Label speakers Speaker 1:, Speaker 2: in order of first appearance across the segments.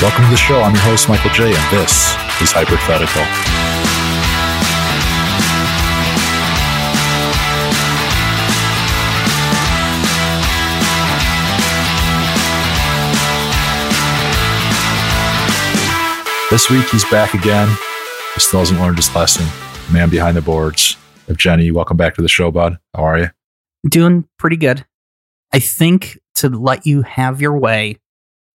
Speaker 1: Welcome to the show. I'm your host, Michael J., and this is Hypothetical. This week, he's back again. He still hasn't learned his lesson. The man behind the boards. Jenny, welcome back to the show, bud. How are you?
Speaker 2: Doing pretty good. I think to let you have your way,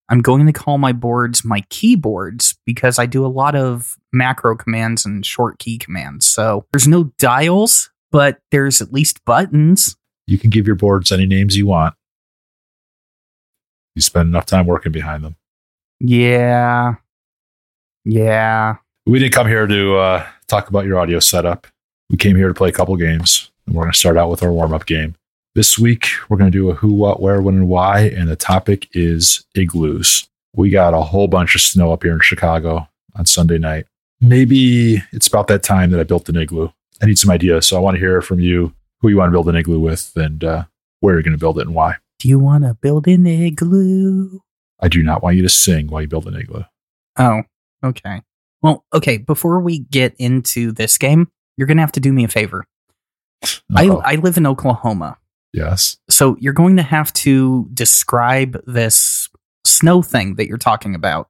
Speaker 2: I'm going to call my boards my keyboards because I do a lot of macro commands and short key commands. So there's no dials, but there's at least buttons.
Speaker 1: You can give your boards any names you want. You spend enough time working behind them.
Speaker 2: Yeah. Yeah.
Speaker 1: We didn't come here to uh, talk about your audio setup. We came here to play a couple games, and we're going to start out with our warm up game. This week, we're going to do a who, what, where, when, and why, and the topic is igloos. We got a whole bunch of snow up here in Chicago on Sunday night. Maybe it's about that time that I built an igloo. I need some ideas, so I want to hear from you who you want to build an igloo with and uh, where you're going to build it and why.
Speaker 2: Do you want to build an igloo?
Speaker 1: I do not want you to sing while you build an igloo.
Speaker 2: Oh, okay. Well, okay, before we get into this game, you're going to have to do me a favor. I,
Speaker 1: Uh-oh.
Speaker 2: I live in Oklahoma.
Speaker 1: yes.
Speaker 2: So you're going to have to describe this snow thing that you're talking about.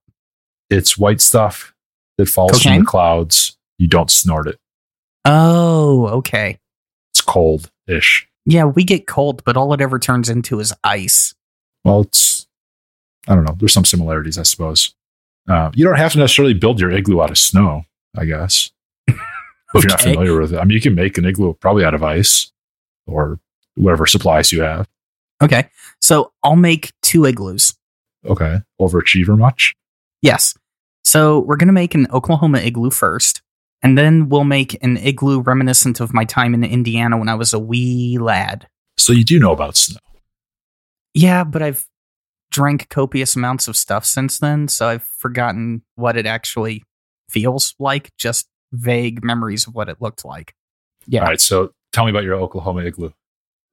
Speaker 1: It's white stuff that falls from
Speaker 2: Cocaine?
Speaker 1: the clouds. You don't snort it.
Speaker 2: Oh, okay.
Speaker 1: It's cold ish.
Speaker 2: Yeah, we get cold, but all it ever turns into is ice.
Speaker 1: Well, it's, I don't know. There's some similarities, I suppose. Uh, you don't have to necessarily build your igloo out of snow, I guess. If you're not
Speaker 2: Okay.
Speaker 1: familiar with it, I mean, you can make an igloo probably out of ice or whatever supplies you have.
Speaker 2: Okay. So I'll make two igloos.
Speaker 1: Okay. Overachiever much?
Speaker 2: Yes. So we're going to make an Oklahoma igloo first, and then we'll make an igloo reminiscent of my time in Indiana when I was a wee lad.
Speaker 1: So you do know about snow.
Speaker 2: Yeah, but I've drank copious amounts of stuff since then, so I've forgotten what it actually feels like, just vague memories of what it looked like. Yeah.
Speaker 1: All right. So tell me about your Oklahoma igloo.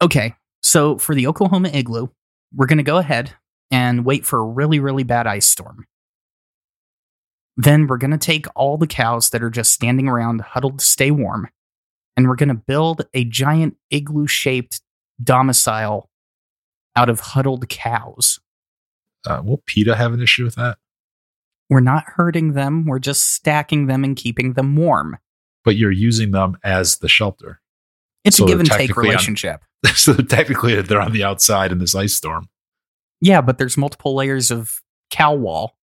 Speaker 2: Okay, so for the Oklahoma igloo, we're going to go ahead and wait for a really, really bad ice storm. Then we're going to take all the cows that are just standing around, huddled to stay warm, and we're going to build a giant igloo shaped domicile out of huddled cows.
Speaker 1: Uh, will PETA have an issue with that?
Speaker 2: We're not hurting them. We're just stacking them and keeping them warm.
Speaker 1: But you're using them as the shelter.
Speaker 2: It's
Speaker 1: So
Speaker 2: a give and take
Speaker 1: technically, um, I'm-
Speaker 2: relationship.
Speaker 1: so technically they're on the outside in this ice storm.
Speaker 2: yeah, but there's multiple layers of cow wall.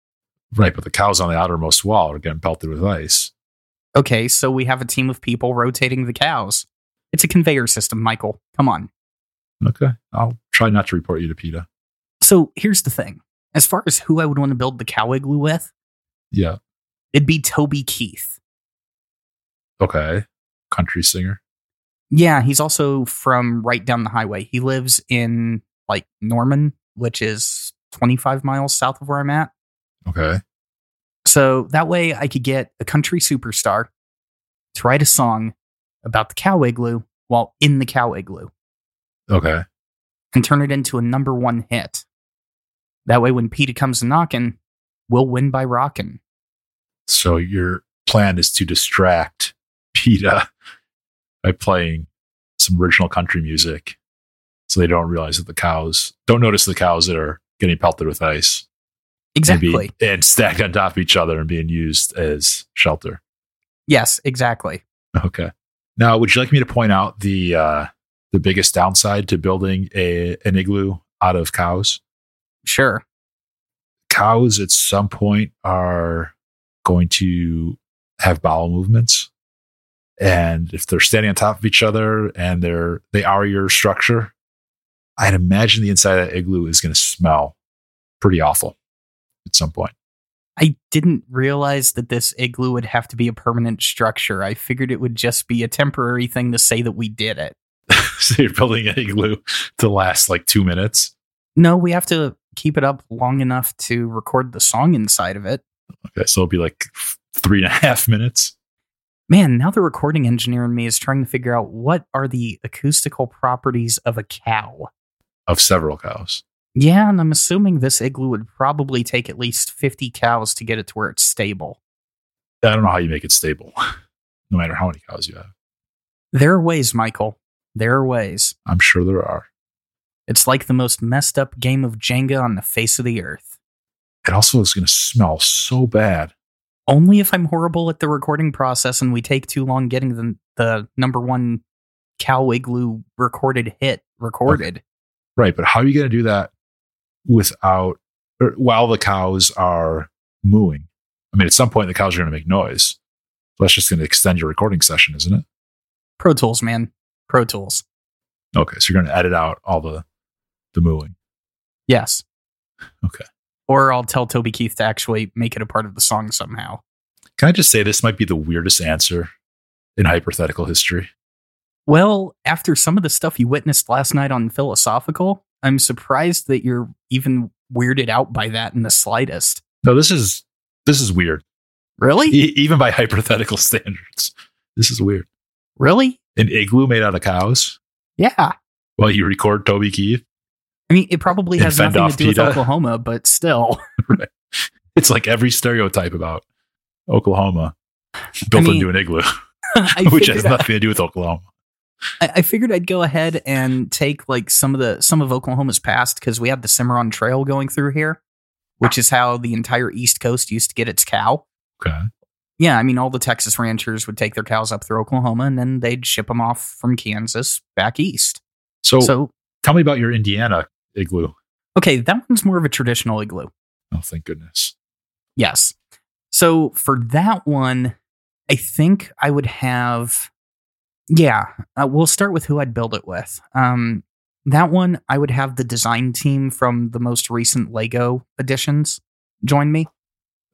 Speaker 1: Right, but the cows on the outermost wall are getting pelted with ice.
Speaker 2: Okay, so we have a team of people rotating the cows. It's a conveyor system, Michael. Come on.
Speaker 1: Okay. I'll try not to report you to PETA.
Speaker 2: So here's the thing as far as who I would want to build the cow igloo with,
Speaker 1: Yeah.
Speaker 2: it'd be Toby Keith.
Speaker 1: Okay. Country singer.
Speaker 2: Yeah, he's also from right down the highway. He lives in like Norman, which is 25 miles south of where I'm at.
Speaker 1: Okay.
Speaker 2: So that way I could get a country superstar to write a song about the cow igloo while in the cow igloo
Speaker 1: Okay.
Speaker 2: and turn it into a number one hit. That way when PETA comes knocking, we'll win by rockin'.
Speaker 1: So your plan is to distract PETA by playing some original country music so they don't realize that the cows don't notice the cows that are getting pelted with ice and
Speaker 2: Exactly.
Speaker 1: being- and stacked on top of each other and being used as shelter.
Speaker 2: Yes, exactly.
Speaker 1: Okay. Now, would you like me to point out the uh, the biggest downside to building a an igloo out of cows?
Speaker 2: Sure.
Speaker 1: Cows at some point are going to have bowel movements, and if they're standing on top of each other and they're they are your structure, I'd imagine the inside of that igloo is going to smell pretty awful at some point.
Speaker 2: I didn't realize that this igloo would have to be a permanent structure. I figured it would just be a temporary thing to say that we did it.
Speaker 1: so you're building an igloo to last like two minutes.
Speaker 2: No, we have to keep it up long enough to record the song inside of it.
Speaker 1: Okay, so it'll be like three and a half minutes.
Speaker 2: Man, now the recording engineer in me is trying to figure out what are the acoustical properties of a cow.
Speaker 1: of several cows.
Speaker 2: Yeah, and I'm assuming this igloo would probably take at least 50 cows to get it to where it's stable.
Speaker 1: I don't know how you make it stable, no matter how many cows you have.
Speaker 2: There are ways, Michael. There are ways.
Speaker 1: I'm sure there are.
Speaker 2: It's like the most messed up game of Jenga on the face of the earth.
Speaker 1: It also is going to smell so bad.
Speaker 2: Only if I'm horrible at the recording process and we take too long getting the, the number one cow igloo recorded hit recorded.
Speaker 1: Right. But how are you going to do that without, or while the cows are mooing? I mean, at some point, the cows are going to make noise. So that's just going to extend your recording session, isn't it?
Speaker 2: Pro Tools, man. Pro Tools.
Speaker 1: Okay. So you're going to edit out all the, the mooing.
Speaker 2: Yes.
Speaker 1: Okay.
Speaker 2: Or I'll tell Toby Keith to actually make it a part of the song somehow.
Speaker 1: Can I just say this might be the weirdest answer in hypothetical history?
Speaker 2: Well, after some of the stuff you witnessed last night on Philosophical, I'm surprised that you're even weirded out by that in the slightest.
Speaker 1: No, this is this is weird.
Speaker 2: Really?
Speaker 1: E- even by hypothetical standards, this is weird.
Speaker 2: Really?
Speaker 1: An igloo made out of cows
Speaker 2: Yeah.
Speaker 1: while you record Toby Keith.
Speaker 2: I mean, it probably
Speaker 1: And
Speaker 2: has
Speaker 1: fend
Speaker 2: nothing
Speaker 1: off
Speaker 2: to do with
Speaker 1: PETA.
Speaker 2: Oklahoma, but still.
Speaker 1: It's like every stereotype about Oklahoma built
Speaker 2: mean,
Speaker 1: into an igloo,
Speaker 2: I
Speaker 1: which
Speaker 2: figured
Speaker 1: has nothing to do with Oklahoma.
Speaker 2: I, I figured I'd go ahead and take like some of the some of Oklahoma's past because we have the Cimarron Trail going through here,
Speaker 1: Ah.
Speaker 2: which is how the entire East Coast used to get its cow.
Speaker 1: Okay.
Speaker 2: Yeah, I mean, all the Texas ranchers would take their cows up through Oklahoma and then they'd ship them off from Kansas back east.
Speaker 1: So,
Speaker 2: So,
Speaker 1: tell me about your Indiana igloo.
Speaker 2: okay, that one's more of a traditional igloo.
Speaker 1: Oh, thank goodness.
Speaker 2: Yes. So for that one, I think I would have. Yeah, uh, we'll start with who I'd build it with. Um, that one, I would have the design team from the most recent Lego editions join me,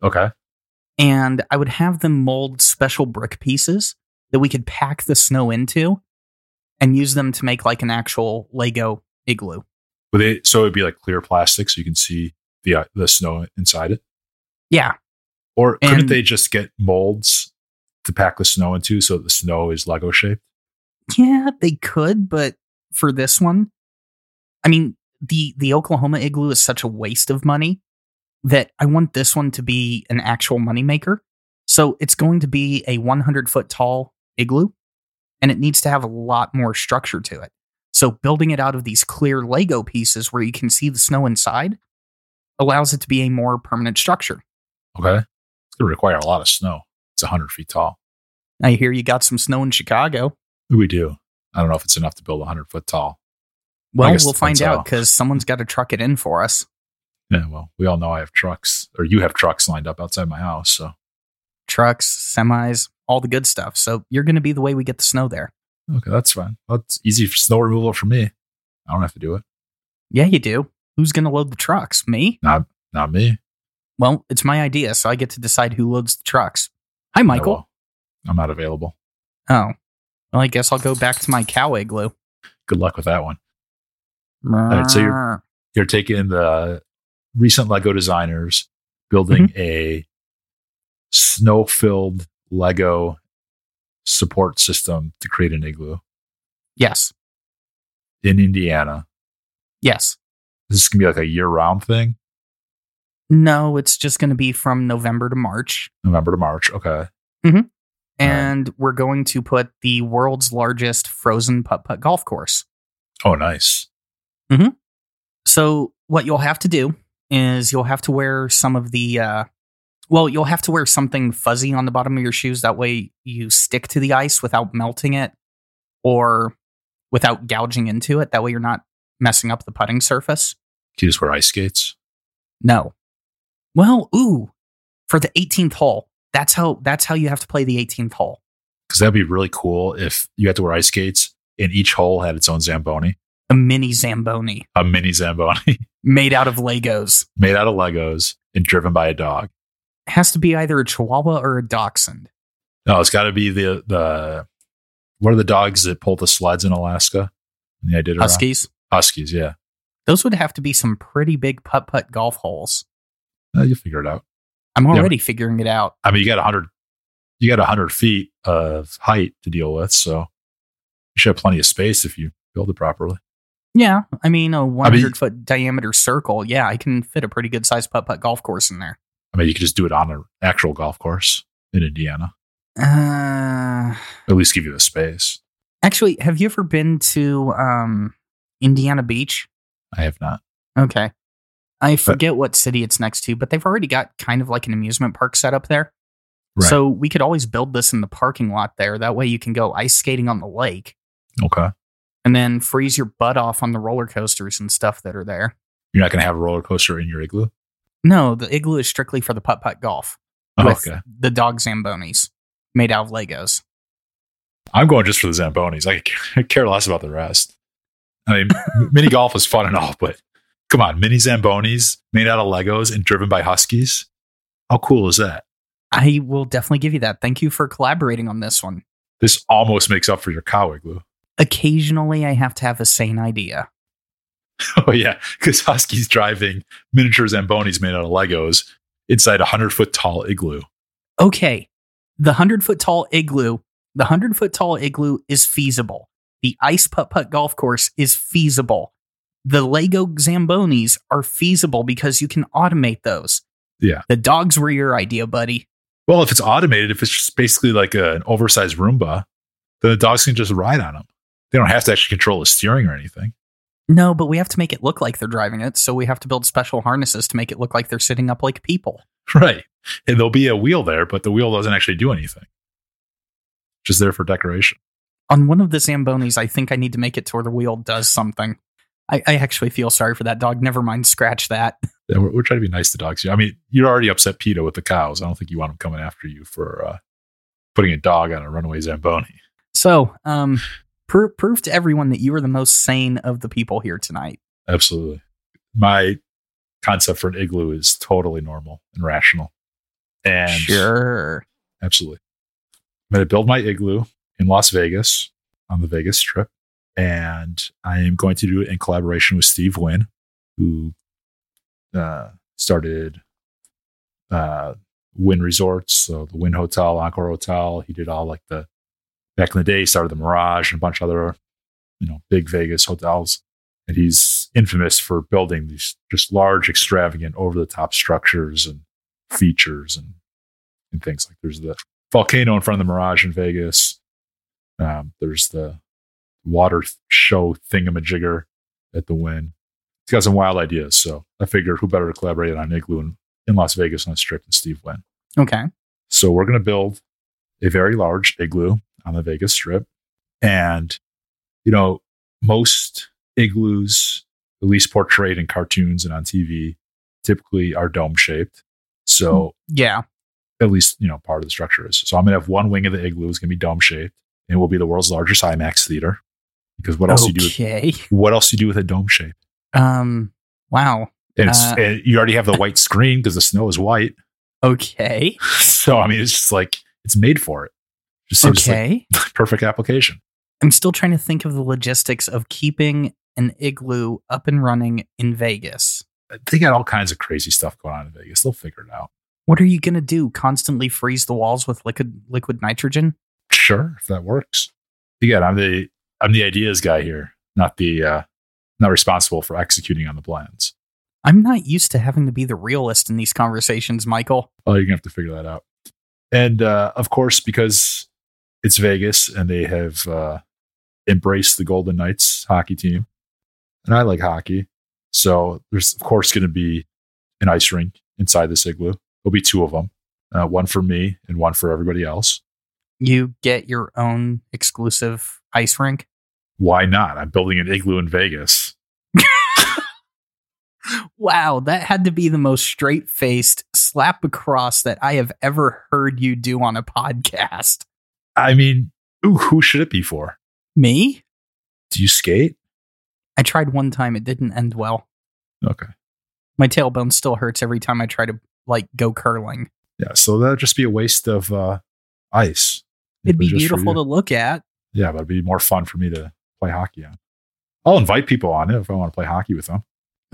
Speaker 1: Okay.
Speaker 2: and I would have them mold special brick pieces that we could pack the snow into and use them to make like an actual Lego igloo.
Speaker 1: Would they, so it'd be like clear plastic, so you can see the uh, the snow inside it.
Speaker 2: Yeah,
Speaker 1: Or couldn't
Speaker 2: And-
Speaker 1: they just get molds to pack the snow into, so the snow is Lego shaped?
Speaker 2: Yeah, they could, but for this one, I mean, the the Oklahoma igloo is such a waste of money that I want this one to be an actual moneymaker. So it's going to be a 100 foot tall igloo, and it needs to have a lot more structure to it. So building it out of these clear Lego pieces where you can see the snow inside allows it to be a more permanent structure.
Speaker 1: Okay. It's going to require a lot of snow. It's 100 feet tall.
Speaker 2: I hear you got some snow in Chicago.
Speaker 1: We do. I don't know if it's enough to build 100 foot tall.
Speaker 2: Well,
Speaker 1: guess
Speaker 2: we'll
Speaker 1: it
Speaker 2: find
Speaker 1: depends how-
Speaker 2: out because someone's got to truck it in for us.
Speaker 1: Yeah, well, we all know I have trucks, or you have trucks lined up outside my house. So,
Speaker 2: trucks, semis, all the good stuff. So you're going to be the way we get the snow there.
Speaker 1: okay, that's fine. That's easy for snow removal for me. I don't have to do it.
Speaker 2: Yeah, you do. Who's going to load the trucks? Me?
Speaker 1: Not me.
Speaker 2: Well, it's my idea, so I get to decide who loads the trucks. Hi, Michael.
Speaker 1: Well, I'm not available.
Speaker 2: Oh, well, I guess I'll go back to my cow igloo.
Speaker 1: Good luck with that one. right, so
Speaker 2: you're
Speaker 1: You're taking the recent Lego designers, building a snow filled Lego support system to create an igloo
Speaker 2: yes,
Speaker 1: in Indiana.
Speaker 2: yes.
Speaker 1: This is going to be like a year round thing,
Speaker 2: No, it's just going to be from November to March,
Speaker 1: November to March. Okay. All right.
Speaker 2: and we're going to put the world's largest frozen putt putt golf course.
Speaker 1: Oh, nice.
Speaker 2: So what you'll have to do is you'll have to wear some of the uh well, you'll have to wear something fuzzy on the bottom of your shoes that way you stick to the ice without melting it or without gouging into it. That way you're not messing up the putting surface.
Speaker 1: Can you just wear ice skates?
Speaker 2: No. Well, ooh, for the 18th hole. That's how that's how you have to play the 18th hole.
Speaker 1: Because that'd be really cool if you had to wear ice skates and each hole had its own Zamboni,
Speaker 2: A mini Zamboni
Speaker 1: a mini Zamboni
Speaker 2: made out of Legos.
Speaker 1: made out of Legos and driven by a dog.
Speaker 2: Has to be either a chihuahua or a dachshund.
Speaker 1: No, it's got to be the the what are the dogs that pull the sleds in Alaska? Yeah, I did it wrong.
Speaker 2: Huskies.
Speaker 1: Huskies, yeah.
Speaker 2: Those would have to be some pretty big putt putt golf holes.
Speaker 1: Uh, you figure it out.
Speaker 2: I'm
Speaker 1: but-
Speaker 2: already figuring it out.
Speaker 1: I mean, you got a hundred, you got a hundred feet of height to deal with, so you should have plenty of space if you build it properly.
Speaker 2: Yeah, I mean a 100 foot diameter circle. Yeah, I can fit a pretty good sized putt putt golf course in there.
Speaker 1: I mean, you could just do it on an actual golf course in Indiana.
Speaker 2: Uh,
Speaker 1: At least give you the space.
Speaker 2: actually, have you ever been to um, Indiana Beach?
Speaker 1: I have not.
Speaker 2: Okay, I forget what city it's next to, but they've already got kind of like an amusement park set up there.
Speaker 1: Right.
Speaker 2: So we could always build this in the parking lot there. That way you can go ice skating on the lake
Speaker 1: Okay.
Speaker 2: and then freeze your butt off on the roller coasters and stuff that are there.
Speaker 1: You're not going to have a roller coaster in your igloo?
Speaker 2: No, the igloo is strictly for the putt putt golf.
Speaker 1: Oh,
Speaker 2: with
Speaker 1: okay.
Speaker 2: the dog zambonis made out of Legos.
Speaker 1: I'm going just for the Zambonis. I c- I care less about the rest. I mean, m- mini golf is fun and all, but come on, mini Zambonis made out of Legos and driven by Huskies. How cool is that?
Speaker 2: I will definitely give you that. Thank you for collaborating on this one.
Speaker 1: This almost makes up for your cow igloo.
Speaker 2: Occasionally, I have to have a sane idea.
Speaker 1: Oh yeah, because Husky's driving miniature Zambonis made out of Legos inside a hundred foot tall igloo.
Speaker 2: Okay, the 100 foot tall igloo, the 100 foot tall igloo is feasible. The ice putt putt golf course is feasible. The Lego Zambonis are feasible because you can automate those.
Speaker 1: Yeah.
Speaker 2: The dogs were your idea, buddy.
Speaker 1: Well, if it's automated, if it's just basically like a- an oversized Roomba, then the dogs can just ride on them. They don't have to actually control the steering or anything.
Speaker 2: No, but we have to make it look like they're driving it. So we have to build special harnesses to make it look like they're sitting up like people.
Speaker 1: Right. And there'll be a wheel there, but the wheel doesn't actually do anything. Just there for decoration.
Speaker 2: on one of the Zambonis, I think I need to make it to where the wheel does something. I, I actually feel sorry for that dog. Never mind, scratch that.
Speaker 1: Yeah, We're, we're trying to be nice to dogs. here. I mean, you're already upset PETA with the cows. I don't think you want them coming after you for uh, putting a dog on a runaway Zamboni.
Speaker 2: So, um, pro- prove to everyone that you are the most sane of the people here tonight.
Speaker 1: Absolutely. My concept for an igloo is totally normal and rational. And
Speaker 2: sure.
Speaker 1: absolutely. I'm going to build my igloo in Las Vegas on the Vegas Strip. And I am going to do it in collaboration with Steve Wynn, who uh, started uh, Wynn Resorts, so the Wynn Hotel, Encore Hotel. He did all like the back in the day, he started the Mirage and a bunch of other, you know, big Vegas hotels. And he's infamous for building these just large, extravagant, over the top structures and features and and things like there's the volcano in front of the Mirage in Vegas. Um, there's the water show thingamajigger at the Win. He's got some wild ideas, so I figured who better to collaborate on Igloo in, in Las Vegas on a strip than Steve Wynn.
Speaker 2: Okay.
Speaker 1: So we're going to build a very large igloo on the Vegas Strip. And, you know, most igloos, at least portrayed in cartoons and on TV, typically are dome shaped. So
Speaker 2: Yeah.
Speaker 1: at least you know part of the structure is. So I'm gonna have one wing of the igloo is gonna be dome shaped, and it will be the world's largest IMAX theater. Because what else do you do? With,
Speaker 2: Okay.
Speaker 1: what else do you do with a dome shape?
Speaker 2: Um. Wow.
Speaker 1: And, it's,
Speaker 2: Uh,
Speaker 1: and you already have the white screen because the snow is white.
Speaker 2: Okay.
Speaker 1: So I mean, it's just like it's made for it. Just seems like
Speaker 2: Okay.
Speaker 1: the perfect application.
Speaker 2: I'm still trying to think of the logistics of keeping an igloo up and running in Vegas.
Speaker 1: They got all kinds of crazy stuff going on in Vegas. They'll figure it out.
Speaker 2: What are you gonna do? Constantly freeze the walls with liquid liquid nitrogen?
Speaker 1: Sure, if that works. Again, I'm the I'm the ideas guy here, not the uh, not responsible for executing on the plans.
Speaker 2: I'm not used to having to be the realist in these conversations, Michael.
Speaker 1: Oh, you're gonna have to figure that out. And uh, of course, because it's Vegas and they have uh, embraced the Golden Knights hockey team, and I like hockey, so there's of course going to be an ice rink inside this igloo. There'll be two of them, uh, one for me and one for everybody else.
Speaker 2: You get your own exclusive ice rink.
Speaker 1: Why not? I'm building an igloo in Vegas.
Speaker 2: Wow, that had to be the most straight faced slap across that I have ever heard you do on a podcast.
Speaker 1: I mean, ooh, who should it be for?
Speaker 2: Me?
Speaker 1: Do you skate?
Speaker 2: I tried one time, it didn't end well.
Speaker 1: Okay.
Speaker 2: My tailbone still hurts every time I try to like go curling.
Speaker 1: Yeah. So that'd just be a waste of uh, ice.
Speaker 2: It'd be
Speaker 1: Just for you.
Speaker 2: beautiful to look at.
Speaker 1: yeah, but it'd be more fun for me to play hockey on. I'll invite people on it if I want to play hockey with them.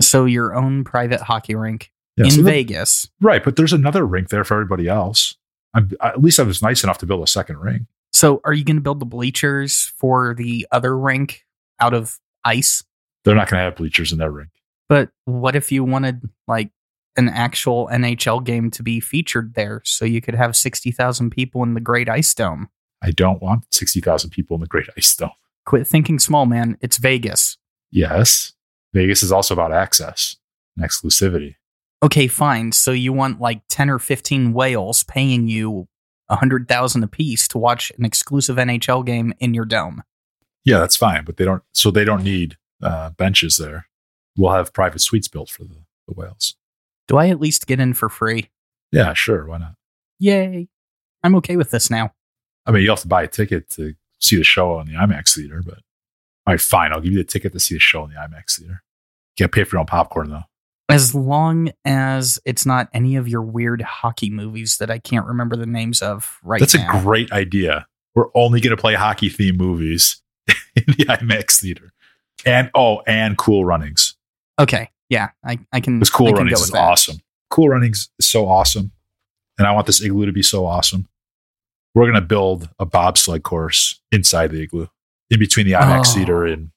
Speaker 2: So your own private hockey rink
Speaker 1: Yeah,
Speaker 2: in
Speaker 1: so that-
Speaker 2: Vegas.
Speaker 1: right, but there's another rink there for everybody else. I'm, I- at least I was nice enough to build a second rink.
Speaker 2: So are you going to build the bleachers for the other rink out of ice?
Speaker 1: They're not going to have bleachers in that rink.
Speaker 2: But what if you wanted like an actual NHL game to be featured there so you could have 60,000 people in the Great Ice Dome?
Speaker 1: I don't want 60,000 people in the Great Ice Dome.
Speaker 2: Quit thinking small, man. It's Vegas.
Speaker 1: Yes. Vegas is also about access and exclusivity.
Speaker 2: Okay, fine. So you want like 10 or 15 whales paying you 100,000 apiece to watch an exclusive NHL game in your dome.
Speaker 1: Yeah, that's fine, but they don't. So they don't need uh, benches there. We'll have private suites built for the, the whales.
Speaker 2: Do I at least get in for free?
Speaker 1: Yeah, sure. Why not?
Speaker 2: Yay. I'm okay with this now.
Speaker 1: I mean, you have to buy a ticket to see the show in the IMAX theater, but all right, fine. I'll give you the ticket to see a show in the IMAX theater. Can't pay for your own popcorn though.
Speaker 2: As long as it's not any of your weird hockey movies that I can't remember the names of right
Speaker 1: That's
Speaker 2: now.
Speaker 1: a great idea. We're only going to play hockey themed movies in the IMAX theater. And oh, and Cool Runnings.
Speaker 2: okay. Yeah, I, I can.
Speaker 1: Because
Speaker 2: I
Speaker 1: Cool
Speaker 2: can
Speaker 1: Runnings
Speaker 2: go
Speaker 1: is
Speaker 2: with that.
Speaker 1: awesome. Cool Runnings is so awesome. And I want this igloo to be so awesome. We're going to build a bobsled course inside the igloo in between the IMAX
Speaker 2: Oh.
Speaker 1: theater and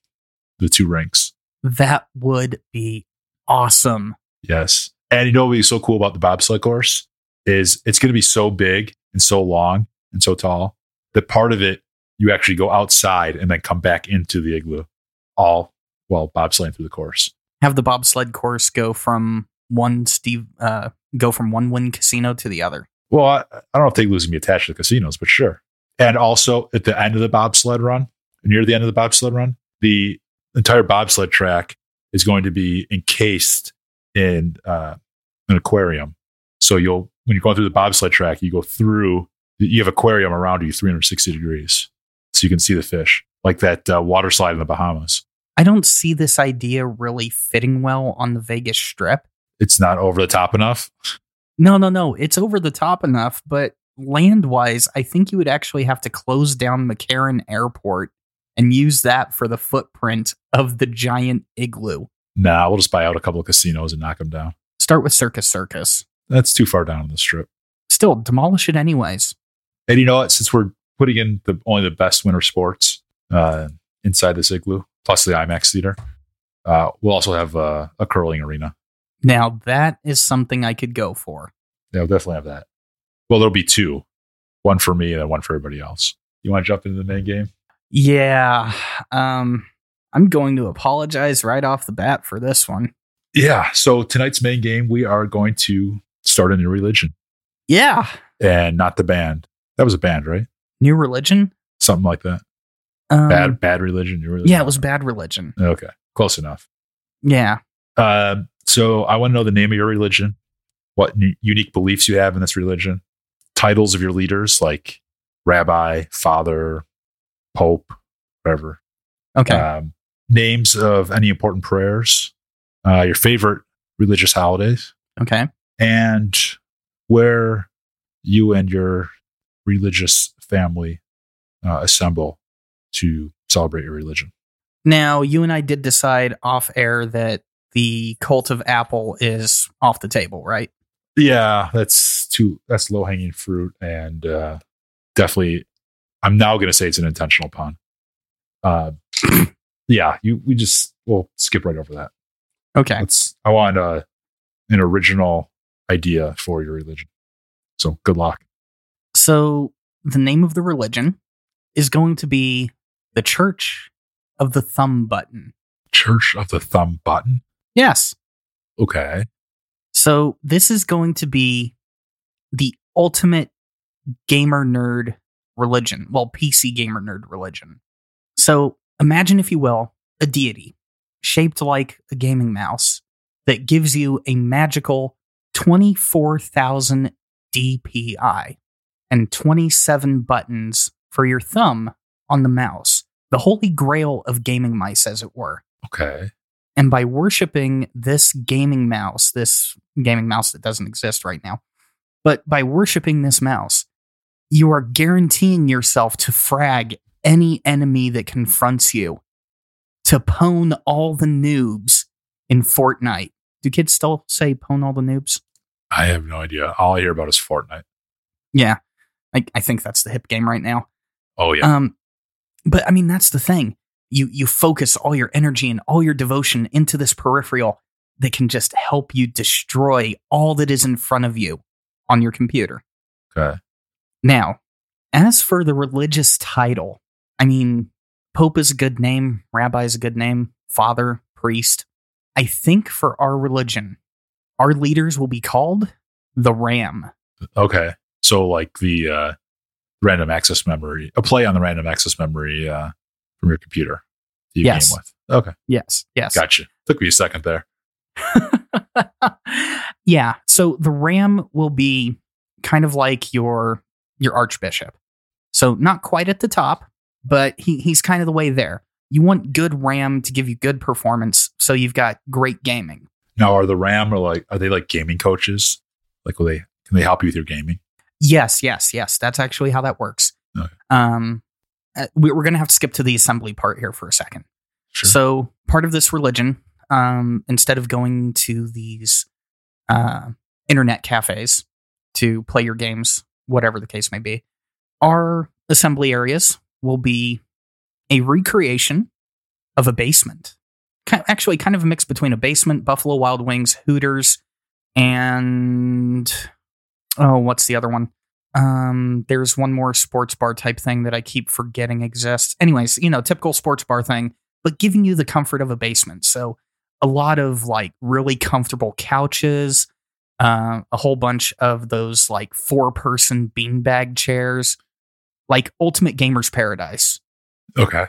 Speaker 1: the two rinks.
Speaker 2: That would be awesome.
Speaker 1: Yes. And you know what would be so cool about the bobsled course is it's going to be so big and so long and so tall that part of it you actually go outside and then come back into the igloo, all while bobsledding through the course.
Speaker 2: Have the bobsled course go from one Steve uh, go from one win casino to the other.
Speaker 1: Well, I, I don't know if the igloo's going to be attached to the casinos, but sure. And also at the end of the bobsled run, near the end of the bobsled run, the entire bobsled track is going to be encased in uh, an aquarium. So you'll when you're going through the bobsled track, you go through. You have aquarium around you, 360 degrees, so you can see the fish, like that uh, water slide in the Bahamas.
Speaker 2: I don't see this idea really fitting well on the Vegas Strip.
Speaker 1: It's not over the top enough.
Speaker 2: No, no, no. It's over the top enough, but land wise, I think you would actually have to close down McCarran Airport and use that for the footprint of the giant igloo.
Speaker 1: Nah, we'll just buy out a couple of casinos and knock them down.
Speaker 2: Start with Circus Circus.
Speaker 1: That's too far down on the strip.
Speaker 2: Still, demolish it anyways.
Speaker 1: And you know what? Since we're putting in the only the best winter sports uh, inside this igloo, plus the IMAX theater, uh, we'll also have uh, a curling arena.
Speaker 2: Now, that is something I could go for.
Speaker 1: Yeah, we'll definitely have that. Well, there'll be two, one for me and then one for everybody else. You want to jump into the main game?
Speaker 2: Yeah. Um, I'm going to apologize right off the bat for this one.
Speaker 1: Yeah. So tonight's main game, we are going to start a new religion
Speaker 2: Yeah.
Speaker 1: and not the band. That was a band, right?
Speaker 2: New religion?
Speaker 1: Something like that.
Speaker 2: Um,
Speaker 1: bad, bad religion. New religion.
Speaker 2: Yeah, it was bad religion.
Speaker 1: Okay, close enough.
Speaker 2: Yeah.
Speaker 1: Um, so I want to know the name of your religion, what n- unique beliefs you have in this religion, titles of your leaders like rabbi, father, pope, whatever.
Speaker 2: Okay.
Speaker 1: Um, names of any important prayers, uh, your favorite religious holidays,
Speaker 2: okay.
Speaker 1: and where you and your religious family uh, assemble to celebrate your religion.
Speaker 2: Now, you and I did decide off air that the cult of Apple is off the table, right?
Speaker 1: yeah that's too that's low hanging fruit and uh definitely i'm now gonna say it's an intentional pun uh yeah you we just we'll skip right over that
Speaker 2: Okay.
Speaker 1: let's i want uh an original idea for your religion so good luck
Speaker 2: So, the name of the religion is going to be the Church of the Thumb Button.
Speaker 1: church of the thumb button
Speaker 2: Yes.
Speaker 1: okay
Speaker 2: So, this is going to be the ultimate gamer nerd religion. Well, PC gamer nerd religion. So, imagine, if you will, a deity shaped like a gaming mouse that gives you a magical 24,000 DPI and 27 buttons for your thumb on the mouse. The holy grail of gaming mice, as it were.
Speaker 1: okay
Speaker 2: And by worshiping this gaming mouse, this gaming mouse that doesn't exist right now, but by worshiping this mouse, you are guaranteeing yourself to frag any enemy that confronts you, to pwn all the noobs in Fortnite. Do kids still say pwn all the noobs?
Speaker 1: i have no idea all i hear about is fortnite
Speaker 2: Yeah. I, I think that's the hip game right now.
Speaker 1: oh yeah
Speaker 2: Um, but I mean, that's the thing. you you focus all your energy and all your devotion into this peripheral that can just help you destroy all that is in front of you on your computer.
Speaker 1: Okay.
Speaker 2: Now, as for the religious title, I mean, Pope is a good name, Rabbi is a good name, Father, Priest. I think for our religion, our leaders will be called the Ram.
Speaker 1: Okay. So like the uh, random access memory, a play on the random access memory uh, from your computer. that You
Speaker 2: Yes.
Speaker 1: game with. Okay.
Speaker 2: Yes, yes.
Speaker 1: Gotcha. Took me a second there.
Speaker 2: yeah. So the ram will be kind of like your your archbishop. So not quite at the top, but he he's kind of the way there. You want good RAM to give you good performance, so you've got great gaming.
Speaker 1: Now are the RAM or like are they like gaming coaches? Like will they can they help you with your gaming?
Speaker 2: Yes, yes, yes. That's actually how that works.
Speaker 1: Okay.
Speaker 2: Um, uh, we, we're going to have to skip to the assembly part here for a second.
Speaker 1: Sure.
Speaker 2: So part of this religion, um, instead of going to these uh, internet cafes to play your games, whatever the case may be, our assembly areas will be a recreation of a basement. Ki- Actually, kind of a mix between a basement, Buffalo Wild Wings, Hooters, and oh, what's the other one? Um, there's one more sports bar type thing that I keep forgetting exists. Anyways, you know, typical sports bar thing, but giving you the comfort of a basement. So a lot of like really comfortable couches, uh, a whole bunch of those like four person beanbag chairs, like ultimate gamer's paradise.
Speaker 1: okay.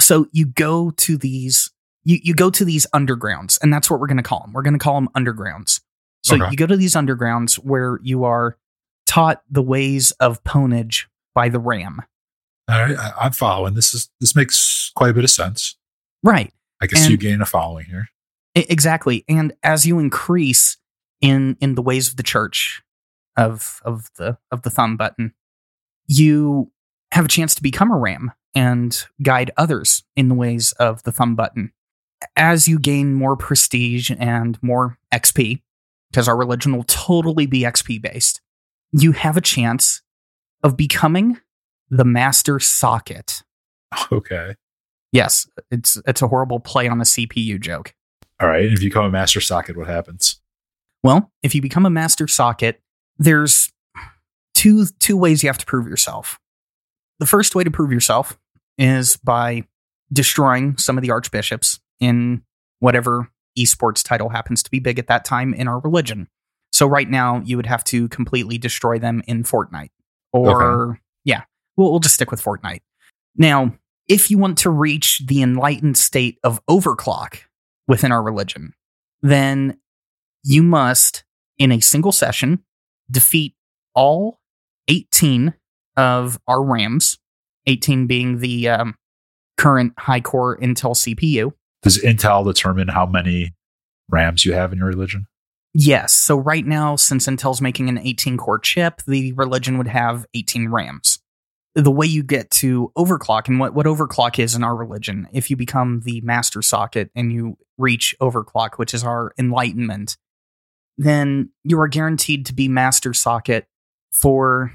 Speaker 2: So you go to these, you, you go to these undergrounds, and that's what we're going to call them. We're going to call them undergrounds. So
Speaker 1: Okay.
Speaker 2: you go to these undergrounds where you are taught the ways of ponage by the ram.
Speaker 1: All right. I, I'm following. This is this makes quite a bit of sense.
Speaker 2: Right.
Speaker 1: I can see
Speaker 2: And-
Speaker 1: you gaining a following here.
Speaker 2: I- E, exactly. And as you increase in in the ways of the church of of the of the thumb button, you have a chance to become a ram and guide others in the ways of the thumb button. As you gain more prestige and more XP, because our religion will totally be XP based, you have a chance of becoming the master socket.
Speaker 1: Okay.
Speaker 2: Yes, it's it's a horrible play on the CPU joke.
Speaker 1: All right. And if you become a master socket, what happens?
Speaker 2: Well, if you become a master socket, there's two two ways you have to prove yourself. The first way to prove yourself is by destroying some of the archbishops in whatever esports title happens to be big at that time in our religion. So right now you would have to completely destroy them in Fortnite. Or yeah, we'll, we'll just stick with Fortnite. Now, if you want to reach the enlightened state of overclock within our religion, then you must, in a single session, defeat all 18 of our RAMs, 18 being the um, current high core Intel CPU.
Speaker 1: Does Intel determine how many RAMs you have in your religion?
Speaker 2: Yes. So, right now, since Intel's making an 18 core chip, the religion would have 18 RAMs. The way you get to overclock and what, what overclock is in our religion, if you become the master socket and you reach overclock, which is our enlightenment, then you are guaranteed to be master socket for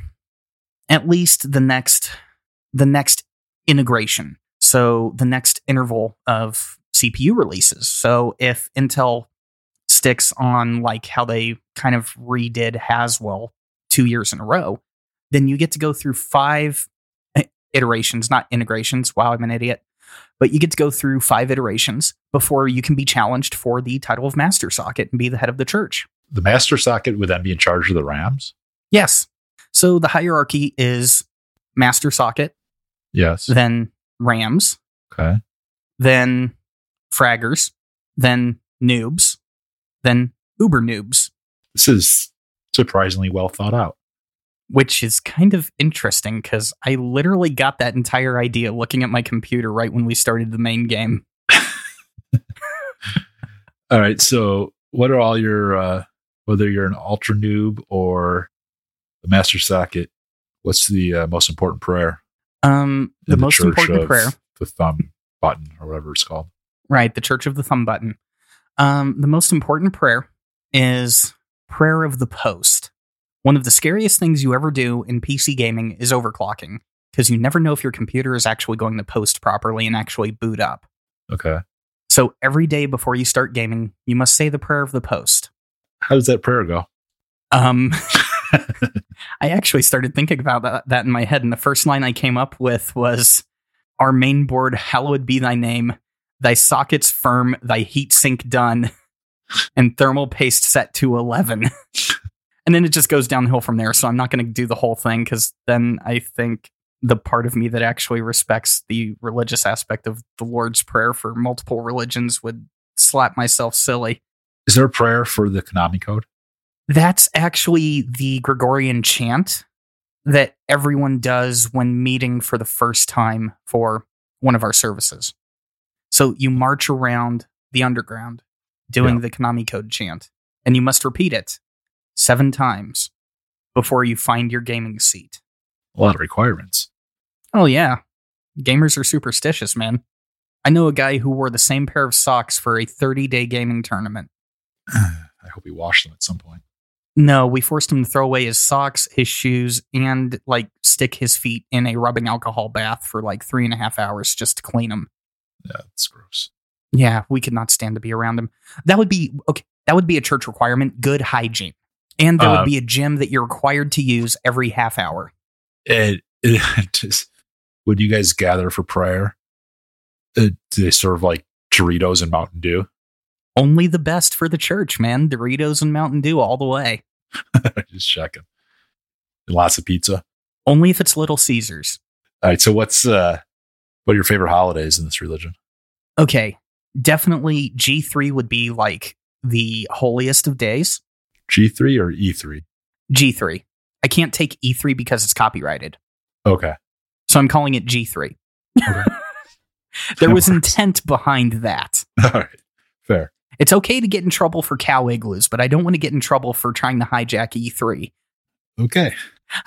Speaker 2: at least the next the next integration. So the next interval of CPU releases. So if Intel sticks on like how they kind of redid Haswell two years in a row, then you get to go through five eh, iterations, not integrations. Wow, I'm an idiot. But you get to go through five iterations before you can be challenged for the title of Master Socket and be the head of the church.
Speaker 1: The master socket would then be in charge of the RAMs.
Speaker 2: Yes. So the hierarchy is Master Socket,
Speaker 1: Yes.
Speaker 2: then Rams,
Speaker 1: Okay.
Speaker 2: then Fraggers, then Noobs, then Uber Noobs.
Speaker 1: This is surprisingly well thought out.
Speaker 2: which is kind of interesting because I literally got that entire idea looking at my computer right when we started the main game.
Speaker 1: All right. So, what are all your, uh, whether you're an ultra noob or the master socket, what's the uh, most important prayer?
Speaker 2: Um, the,
Speaker 1: in
Speaker 2: most
Speaker 1: Church
Speaker 2: important
Speaker 1: of
Speaker 2: prayer,
Speaker 1: The thumb button or whatever it's called.
Speaker 2: right? The Church of the Thumb Button. Um, the most important prayer is prayer of the post. One of the scariest things you ever do in PC gaming is overclocking because you never know if your computer is actually going to post properly and actually boot up.
Speaker 1: Okay.
Speaker 2: So every day before you start gaming, you must say the prayer of the post.
Speaker 1: How does that prayer go?
Speaker 2: Um, I actually started thinking about that, that in my head, and the first line I came up with was Our main board, hallowed be thy name, thy sockets firm, thy heat sink done, and thermal paste set to 11. and then it just goes downhill from there. So I'm not going to do the whole thing because then I think the part of me that actually respects the religious aspect of the Lord's Prayer for multiple religions would slap myself silly.
Speaker 1: Is there a prayer for the Konami code?
Speaker 2: That's actually the Gregorian chant that everyone does when meeting for the first time for one of our services. So you march around the underground doing
Speaker 1: Yeah.
Speaker 2: the Konami code chant, and you must repeat it seven times before you find your gaming seat.
Speaker 1: A lot of requirements.
Speaker 2: Oh yeah. Gamers are superstitious, man. I know a guy who wore the same pair of socks for a 30-day gaming tournament.
Speaker 1: I hope we wash them at some point.
Speaker 2: No, we forced him to throw away his socks, his shoes, and like stick his feet in a rubbing alcohol bath for like three and a half hours just to clean them.
Speaker 1: Yeah, that's gross.
Speaker 2: Yeah, we could not stand to be around him. That would be okay. That would be a church requirement. Good hygiene, and there
Speaker 1: Uh,
Speaker 2: would be a gym that you're required to use every half hour.
Speaker 1: It, it just, when you guys gather for prayer, uh do they serve like Doritos and Mountain Dew?
Speaker 2: Only the best for the church, man. Doritos and Mountain Dew all the way.
Speaker 1: just checking. And lots of pizza.
Speaker 2: Only if it's Little Caesars.
Speaker 1: All right. So what's uh what are your favorite holidays in this religion?
Speaker 2: Okay. Definitely G3 would be like the holiest of days.
Speaker 1: G three or E three?
Speaker 2: G3. I can't take E3 because it's copyrighted.
Speaker 1: Okay.
Speaker 2: So I'm calling it
Speaker 1: Okay.
Speaker 2: G3. There
Speaker 1: That works.
Speaker 2: was intent behind that.
Speaker 1: All right. Fair.
Speaker 2: It's okay to get in trouble for cow igloos, but I don't want to get in trouble for trying to hijack E3.
Speaker 1: Okay.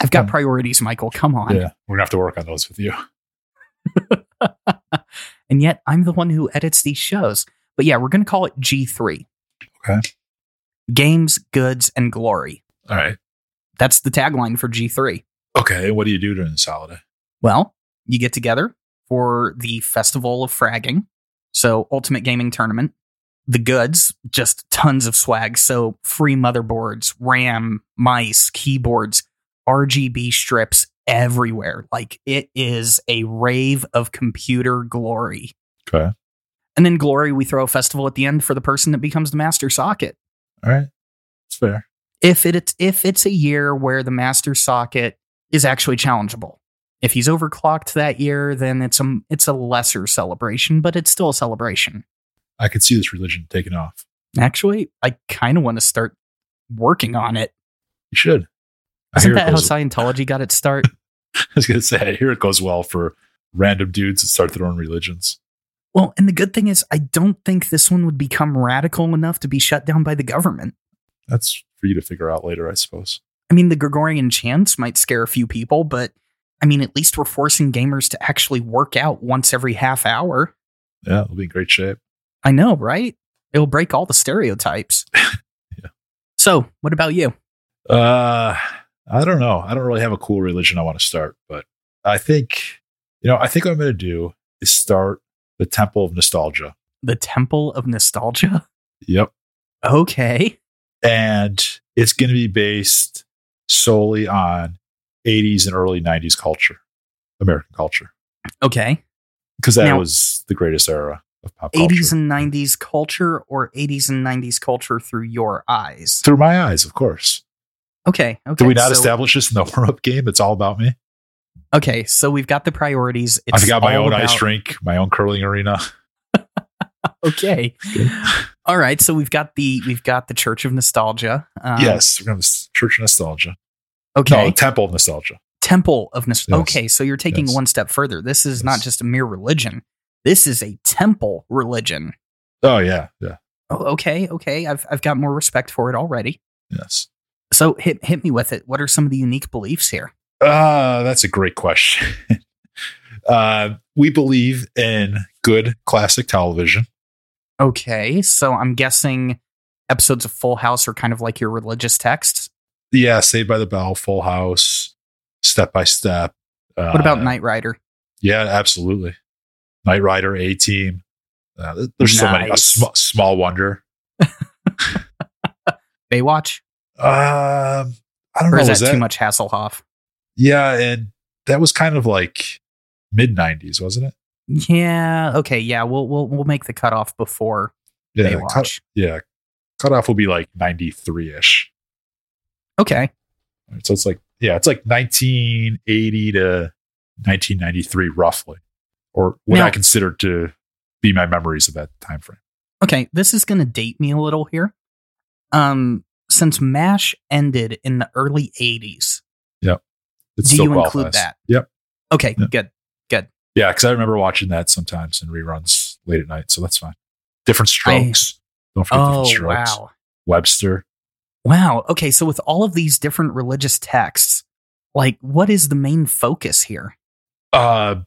Speaker 2: I've got
Speaker 1: Yeah.
Speaker 2: priorities, Michael. Come on.
Speaker 1: Yeah. We're gonna have to work on those with you.
Speaker 2: And yet I'm the one who edits these shows. But yeah, we're going to call it G3.
Speaker 1: Okay.
Speaker 2: Games, goods, and glory.
Speaker 1: All right.
Speaker 2: That's the tagline for G3.
Speaker 1: Okay. What do you do during this holiday?
Speaker 2: Well, you get together for the Festival of Fragging, so Ultimate Gaming Tournament. The goods, just tons of swag. So free motherboards, RAM, mice, keyboards, RGB strips everywhere. Like it is a rave of computer glory.
Speaker 1: Okay.
Speaker 2: And then glory, we throw a festival at the end for the person that becomes the master socket.
Speaker 1: All right. It's fair.
Speaker 2: If it's if it's a year where the master socket is actually challengeable. If he's overclocked that year, then it's a it's a lesser celebration, but it's still a celebration.
Speaker 1: I could see this religion taking off.
Speaker 2: Actually, I kind of want to start working on it.
Speaker 1: You should. I
Speaker 2: Isn't
Speaker 1: hear it
Speaker 2: that how
Speaker 1: goes-
Speaker 2: Scientology got its start?
Speaker 1: I was gonna say I hear it goes well for random dudes that start their own religions.
Speaker 2: well, and the good thing is, I don't think this one would become radical enough to be shut down by the government.
Speaker 1: That's for you to figure out later, I suppose.
Speaker 2: I mean, the Gregorian chants might scare a few people, but I mean, at least we're forcing gamers to actually work out once every half hour.
Speaker 1: Yeah, it'll be in great shape.
Speaker 2: I know, right? It'll break all the stereotypes.
Speaker 1: Yeah.
Speaker 2: So, what about you?
Speaker 1: Uh, I don't know. I don't really have a cool religion I want to start, but I think, you know, I think what I'm going to do is start the Temple of Nostalgia.
Speaker 2: The Temple of Nostalgia?
Speaker 1: Yep.
Speaker 2: Okay.
Speaker 1: And it's going to be based solely on 80s and early 90s culture, American culture,
Speaker 2: Okay.
Speaker 1: because that
Speaker 2: Now-
Speaker 1: was the greatest era of pop culture.
Speaker 2: 80s and 90s culture or 80s and 90s culture through your eyes?
Speaker 1: Through my eyes, of course.
Speaker 2: Okay. Okay.
Speaker 1: Did we not
Speaker 2: so-
Speaker 1: establish this in the warm up game? It's all about me.
Speaker 2: Okay. So, we've got the priorities.
Speaker 1: I've got my
Speaker 2: all
Speaker 1: own ice
Speaker 2: about-
Speaker 1: rink, my own curling arena.
Speaker 2: Okay. all right. So, we've got the we've got the Church of Nostalgia. Um,
Speaker 1: yes, we're going to Church of Nostalgia.
Speaker 2: Okay.
Speaker 1: No, Temple of Nostalgia.
Speaker 2: temple of nostalgia.
Speaker 1: Yes.
Speaker 2: Okay, so you're taking
Speaker 1: Yes.
Speaker 2: one step further. This is not
Speaker 1: Yes.
Speaker 2: just a mere religion. This is a temple religion.
Speaker 1: Oh, yeah. Yeah.
Speaker 2: Oh, okay, okay. I've I've got more respect for it already.
Speaker 1: Yes.
Speaker 2: So hit hit me with it. What are some of the unique beliefs here?
Speaker 1: Uh, that's a great question. uh, we believe in good classic television.
Speaker 2: Okay, so I'm guessing episodes of Full House are kind of like your religious texts.
Speaker 1: Yeah, Saved by the Bell, Full House, Step by Step,
Speaker 2: What about Knight Rider?
Speaker 1: Yeah, absolutely. Knight Rider, A Team. Uh, th- there's so many. A
Speaker 2: Nice.
Speaker 1: sm- small wonder.
Speaker 2: Baywatch?
Speaker 1: Um, I don't
Speaker 2: Or
Speaker 1: know.
Speaker 2: is
Speaker 1: was
Speaker 2: that, too much Hasselhoff?
Speaker 1: Yeah, and that was kind of like mid '90s, wasn't it?
Speaker 2: Yeah. Okay. Yeah. We'll we'll we'll make the cutoff before
Speaker 1: Yeah, the
Speaker 2: Baywatch.
Speaker 1: Cut, yeah. Cutoff will be like '93 ish.
Speaker 2: Okay.
Speaker 1: So it's like yeah, it's like 1980 to 1993 roughly, or what
Speaker 2: Now-
Speaker 1: I consider to be my memories of that time frame.
Speaker 2: Okay. This is gonna date me a little here. Um, since Mash ended in the early '80s,
Speaker 1: It's
Speaker 2: do
Speaker 1: still
Speaker 2: you include
Speaker 1: qualifies.
Speaker 2: that?
Speaker 1: Yep.
Speaker 2: Okay.
Speaker 1: Yeah.
Speaker 2: Good.
Speaker 1: Yeah, because I remember watching that sometimes in reruns late at night. So that's fine. Different strokes. Don't forget
Speaker 2: Oh
Speaker 1: different strokes.
Speaker 2: wow.
Speaker 1: Webster.
Speaker 2: Wow. Okay. So with all of these different religious texts, like what is the main focus here?
Speaker 1: Uh,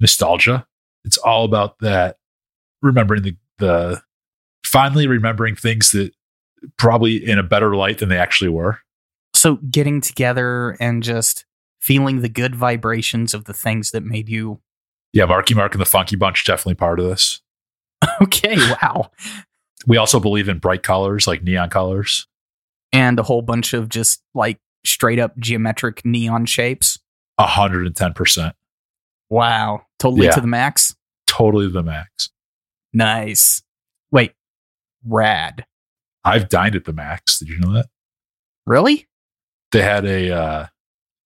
Speaker 1: nostalgia. It's all about that. Remembering the the finally remembering things that probably in a better light than they actually were.
Speaker 2: So getting together and just feeling the good vibrations of the things that made you.
Speaker 1: Yeah, Marky Mark and the Funky Bunch definitely part of this.
Speaker 2: Okay. Wow.
Speaker 1: We also believe in bright colors, like neon colors.
Speaker 2: and a whole bunch of just like straight up geometric neon shapes.
Speaker 1: hundred and ten percent,
Speaker 2: Wow. Totally
Speaker 1: Yeah.
Speaker 2: to the max.
Speaker 1: totally the max.
Speaker 2: Nice. Wait, rad.
Speaker 1: I've dined at the max. Did you know that?
Speaker 2: Really?
Speaker 1: they had a uh,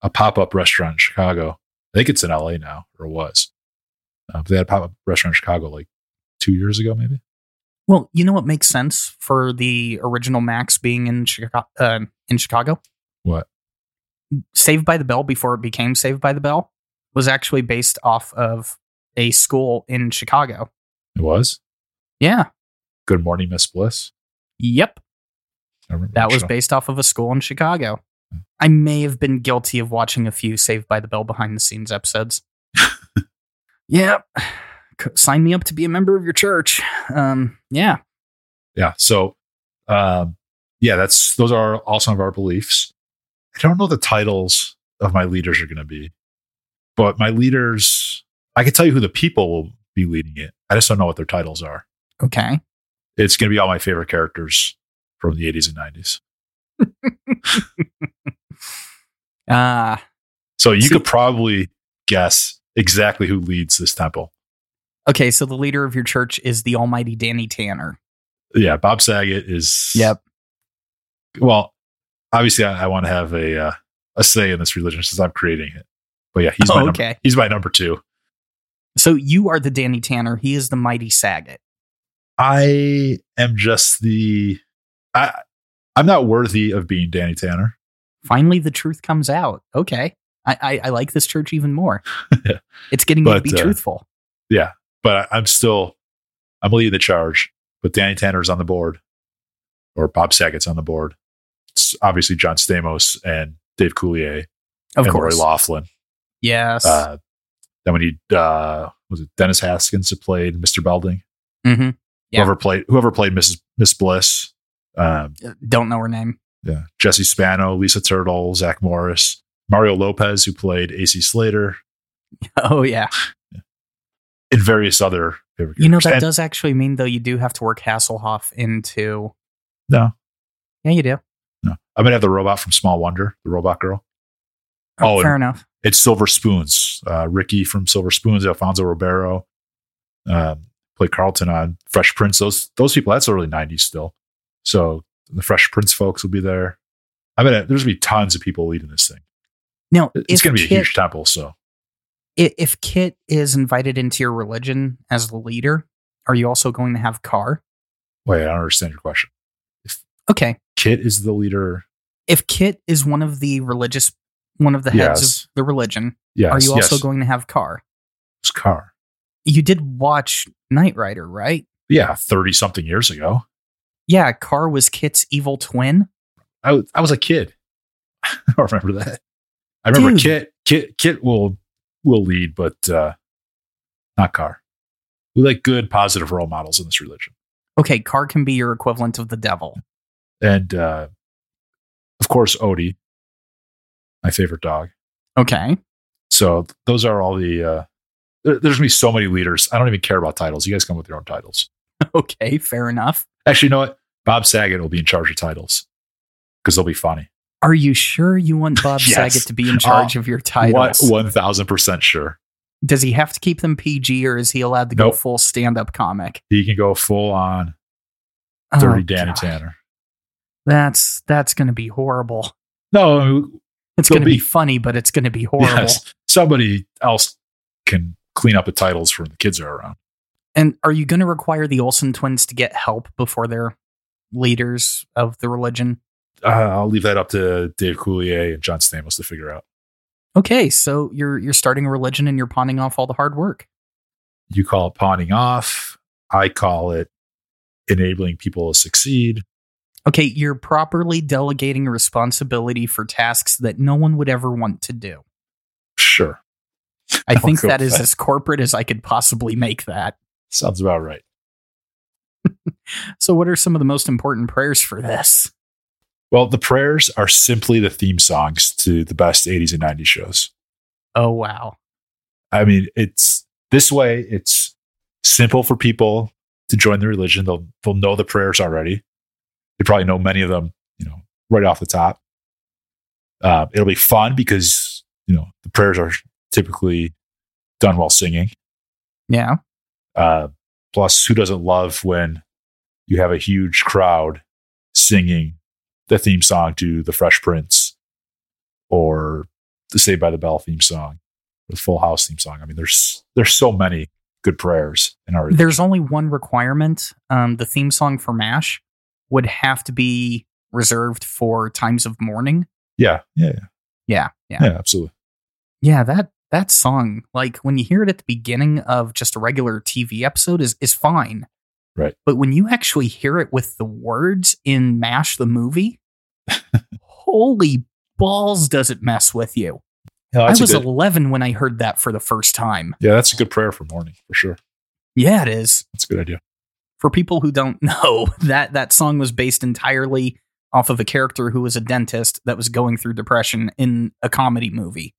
Speaker 1: a pop up restaurant in Chicago. I think it's in LA now, or was. Uh, but they had a pop up restaurant in Chicago like two years ago, maybe.
Speaker 2: Well, you know what makes sense for the original Max being in Chicago? Uh, in Chicago,
Speaker 1: What?
Speaker 2: Saved by the Bell before it became Saved by the Bell was actually based off of a school in Chicago.
Speaker 1: It was.
Speaker 2: Yeah.
Speaker 1: Good morning, Miss Bliss.
Speaker 2: Yep.
Speaker 1: I remember
Speaker 2: That was
Speaker 1: show.
Speaker 2: based off of a school in Chicago. I may have been guilty of watching a few Saved by the Bell behind the scenes episodes. yep. C- Sign me up to be a member of your church. Um, yeah.
Speaker 1: yeah. So, um, yeah, that's those are all some of our beliefs. I don't know the titles of my leaders are going to be, but my leaders, I can tell you who the people will be leading it. I just don't know what their titles are.
Speaker 2: Okay.
Speaker 1: It's going to be all my favorite characters from the 80s and 90s.
Speaker 2: Uh,
Speaker 1: So you
Speaker 2: See-
Speaker 1: could probably guess exactly who leads this temple.
Speaker 2: okay. So the leader of your church is the almighty Danny Tanner.
Speaker 1: Yeah, Bob Saget is. Well, obviously, I, I want to have a uh, a say in this religion since I'm creating it. But yeah, he's my
Speaker 2: Oh,
Speaker 1: number,
Speaker 2: okay.
Speaker 1: he's my number two.
Speaker 2: So you are the Danny Tanner. He is the mighty Saget.
Speaker 1: I am just the I I'm not worthy of being Danny Tanner.
Speaker 2: Finally, the truth comes out. Okay. I, I, I like this church even more. it's getting
Speaker 1: But,
Speaker 2: me to be
Speaker 1: uh,
Speaker 2: truthful.
Speaker 1: but I, I'm still I'm leading the charge. But Danny Tanner's on the board, or Bob Saget's on the board. It's obviously John Stamos and Dave Coulier
Speaker 2: Of
Speaker 1: and
Speaker 2: course.
Speaker 1: Lori Laughlin.
Speaker 2: Yes.
Speaker 1: Uh, then we need uh, was it Dennis Haskins who played Mr. Belding?
Speaker 2: hmm Yeah.
Speaker 1: Whoever played whoever played Mrs. Miss Bliss, um,
Speaker 2: Don't know her name.
Speaker 1: yeah, Jesse Spano, Lisa Turtle, Zach Morris, Mario Lopez who played AC Slater,
Speaker 2: Oh yeah.
Speaker 1: and various other favorite
Speaker 2: You know
Speaker 1: characters.
Speaker 2: that
Speaker 1: And-
Speaker 2: does actually mean though you do have to work Hasselhoff into.
Speaker 1: No.
Speaker 2: Yeah, you do.
Speaker 1: No. I'm gonna have the robot from Small Wonder, the robot girl. Oh,
Speaker 2: fair
Speaker 1: and
Speaker 2: enough.
Speaker 1: it's Silver Spoons. Uh, Ricky from Silver Spoons, Alfonso Ribeiro, um, played Carlton on Fresh Prince. Those those people. That's early '90s still. So the Fresh Prince folks will be there. I mean, there's gonna be tons of people leading this thing.
Speaker 2: Now,
Speaker 1: It- It's
Speaker 2: if
Speaker 1: gonna be a
Speaker 2: Kit,
Speaker 1: huge temple. So
Speaker 2: i- if Kit is invited into your religion as the leader, are you also going to have Carr?
Speaker 1: wait, I don't understand your question.
Speaker 2: Okay.
Speaker 1: Kit is the leader.
Speaker 2: If Kit is one of the religious, one of the heads
Speaker 1: Yes.
Speaker 2: of the religion,
Speaker 1: Yes.
Speaker 2: are you also
Speaker 1: yes.
Speaker 2: going to have Carr?
Speaker 1: It's Car?
Speaker 2: You did watch Knight Rider, right?
Speaker 1: Yeah, thirty something years ago.
Speaker 2: Yeah, Carr was Kit's evil twin.
Speaker 1: I, w- I was a kid. I don't remember that. I remember
Speaker 2: Dude.
Speaker 1: Kit. Kit Kit will will lead, but uh, not Carr. We like good positive role models in this religion,
Speaker 2: Okay, Carr can be your equivalent of the devil.
Speaker 1: and uh, of course Odie, my favorite dog.
Speaker 2: Okay.
Speaker 1: So those are all the. Uh, there- there's gonna be so many leaders. I don't even care about titles. You guys come up with your own titles.
Speaker 2: Okay, fair enough.
Speaker 1: Actually, you know what? Bob Saget will be in charge of titles because they'll be funny.
Speaker 2: Are you sure you want Bob
Speaker 1: Yes.
Speaker 2: Saget to be in charge of your titles?
Speaker 1: One thousand percent sure
Speaker 2: Does he have to keep them PG or is he allowed to go
Speaker 1: Nope.
Speaker 2: full stand up comic?
Speaker 1: he can go full on
Speaker 2: Oh,
Speaker 1: dirty Danny
Speaker 2: God.
Speaker 1: Tanner.
Speaker 2: That's that's going to be horrible.
Speaker 1: No, I mean,
Speaker 2: It's
Speaker 1: They'll
Speaker 2: going to be,
Speaker 1: be-
Speaker 2: funny, but it's going to be horrible.
Speaker 1: Yes. Somebody else can clean up the titles for when the kids are around.
Speaker 2: And are you going to require the Olsen twins to get help before they're leaders of the religion?
Speaker 1: Uh, I'll leave that up to Dave Coulier and John Stamos to figure out.
Speaker 2: Okay, so you're you're starting a religion and you're pawning off all the hard work.
Speaker 1: You call it pawning off. I call it enabling people to succeed.
Speaker 2: Okay, you're properly delegating responsibility for tasks that no one would ever want to do.
Speaker 1: Sure.
Speaker 2: I think
Speaker 1: go
Speaker 2: that is
Speaker 1: back.
Speaker 2: as corporate as I could possibly make that.
Speaker 1: Sounds about right.
Speaker 2: So what are some of the most important prayers for this?
Speaker 1: Well, the prayers are simply the theme songs to the best 80s and 90s shows.
Speaker 2: Oh wow.
Speaker 1: I mean, it's this way, it's simple for people to join the religion. They'll they'll know the prayers already. They probably know many of them, you know, right off the top. Uh, it'll be fun because you know the prayers are typically done while singing.
Speaker 2: Yeah.
Speaker 1: Uh, plus, who doesn't love when you have a huge crowd singing the theme song to The Fresh Prince or the Saved by the Bell theme song, the Full House theme song? I mean, there's there's so many good prayers in our.
Speaker 2: There's only one requirement. Um, the theme song for MASH would have to be reserved for times of mourning.
Speaker 1: yeah, yeah, yeah,
Speaker 2: Yeah. Yeah.
Speaker 1: yeah, absolutely.
Speaker 2: Yeah, that that song, like when you hear it at the beginning of just a regular TV episode, is is fine.
Speaker 1: Right.
Speaker 2: But when you actually hear it with the words in Mash the movie, holy balls, does it mess with you?
Speaker 1: No,
Speaker 2: I
Speaker 1: that's a
Speaker 2: was
Speaker 1: good-
Speaker 2: 11 when I heard that for the first time.
Speaker 1: yeah, that's a good prayer for morning for sure.
Speaker 2: Yeah, it is.
Speaker 1: That's a good idea.
Speaker 2: For people who don't know, that that song was based entirely off of a character who was a dentist that was going through depression in a comedy movie.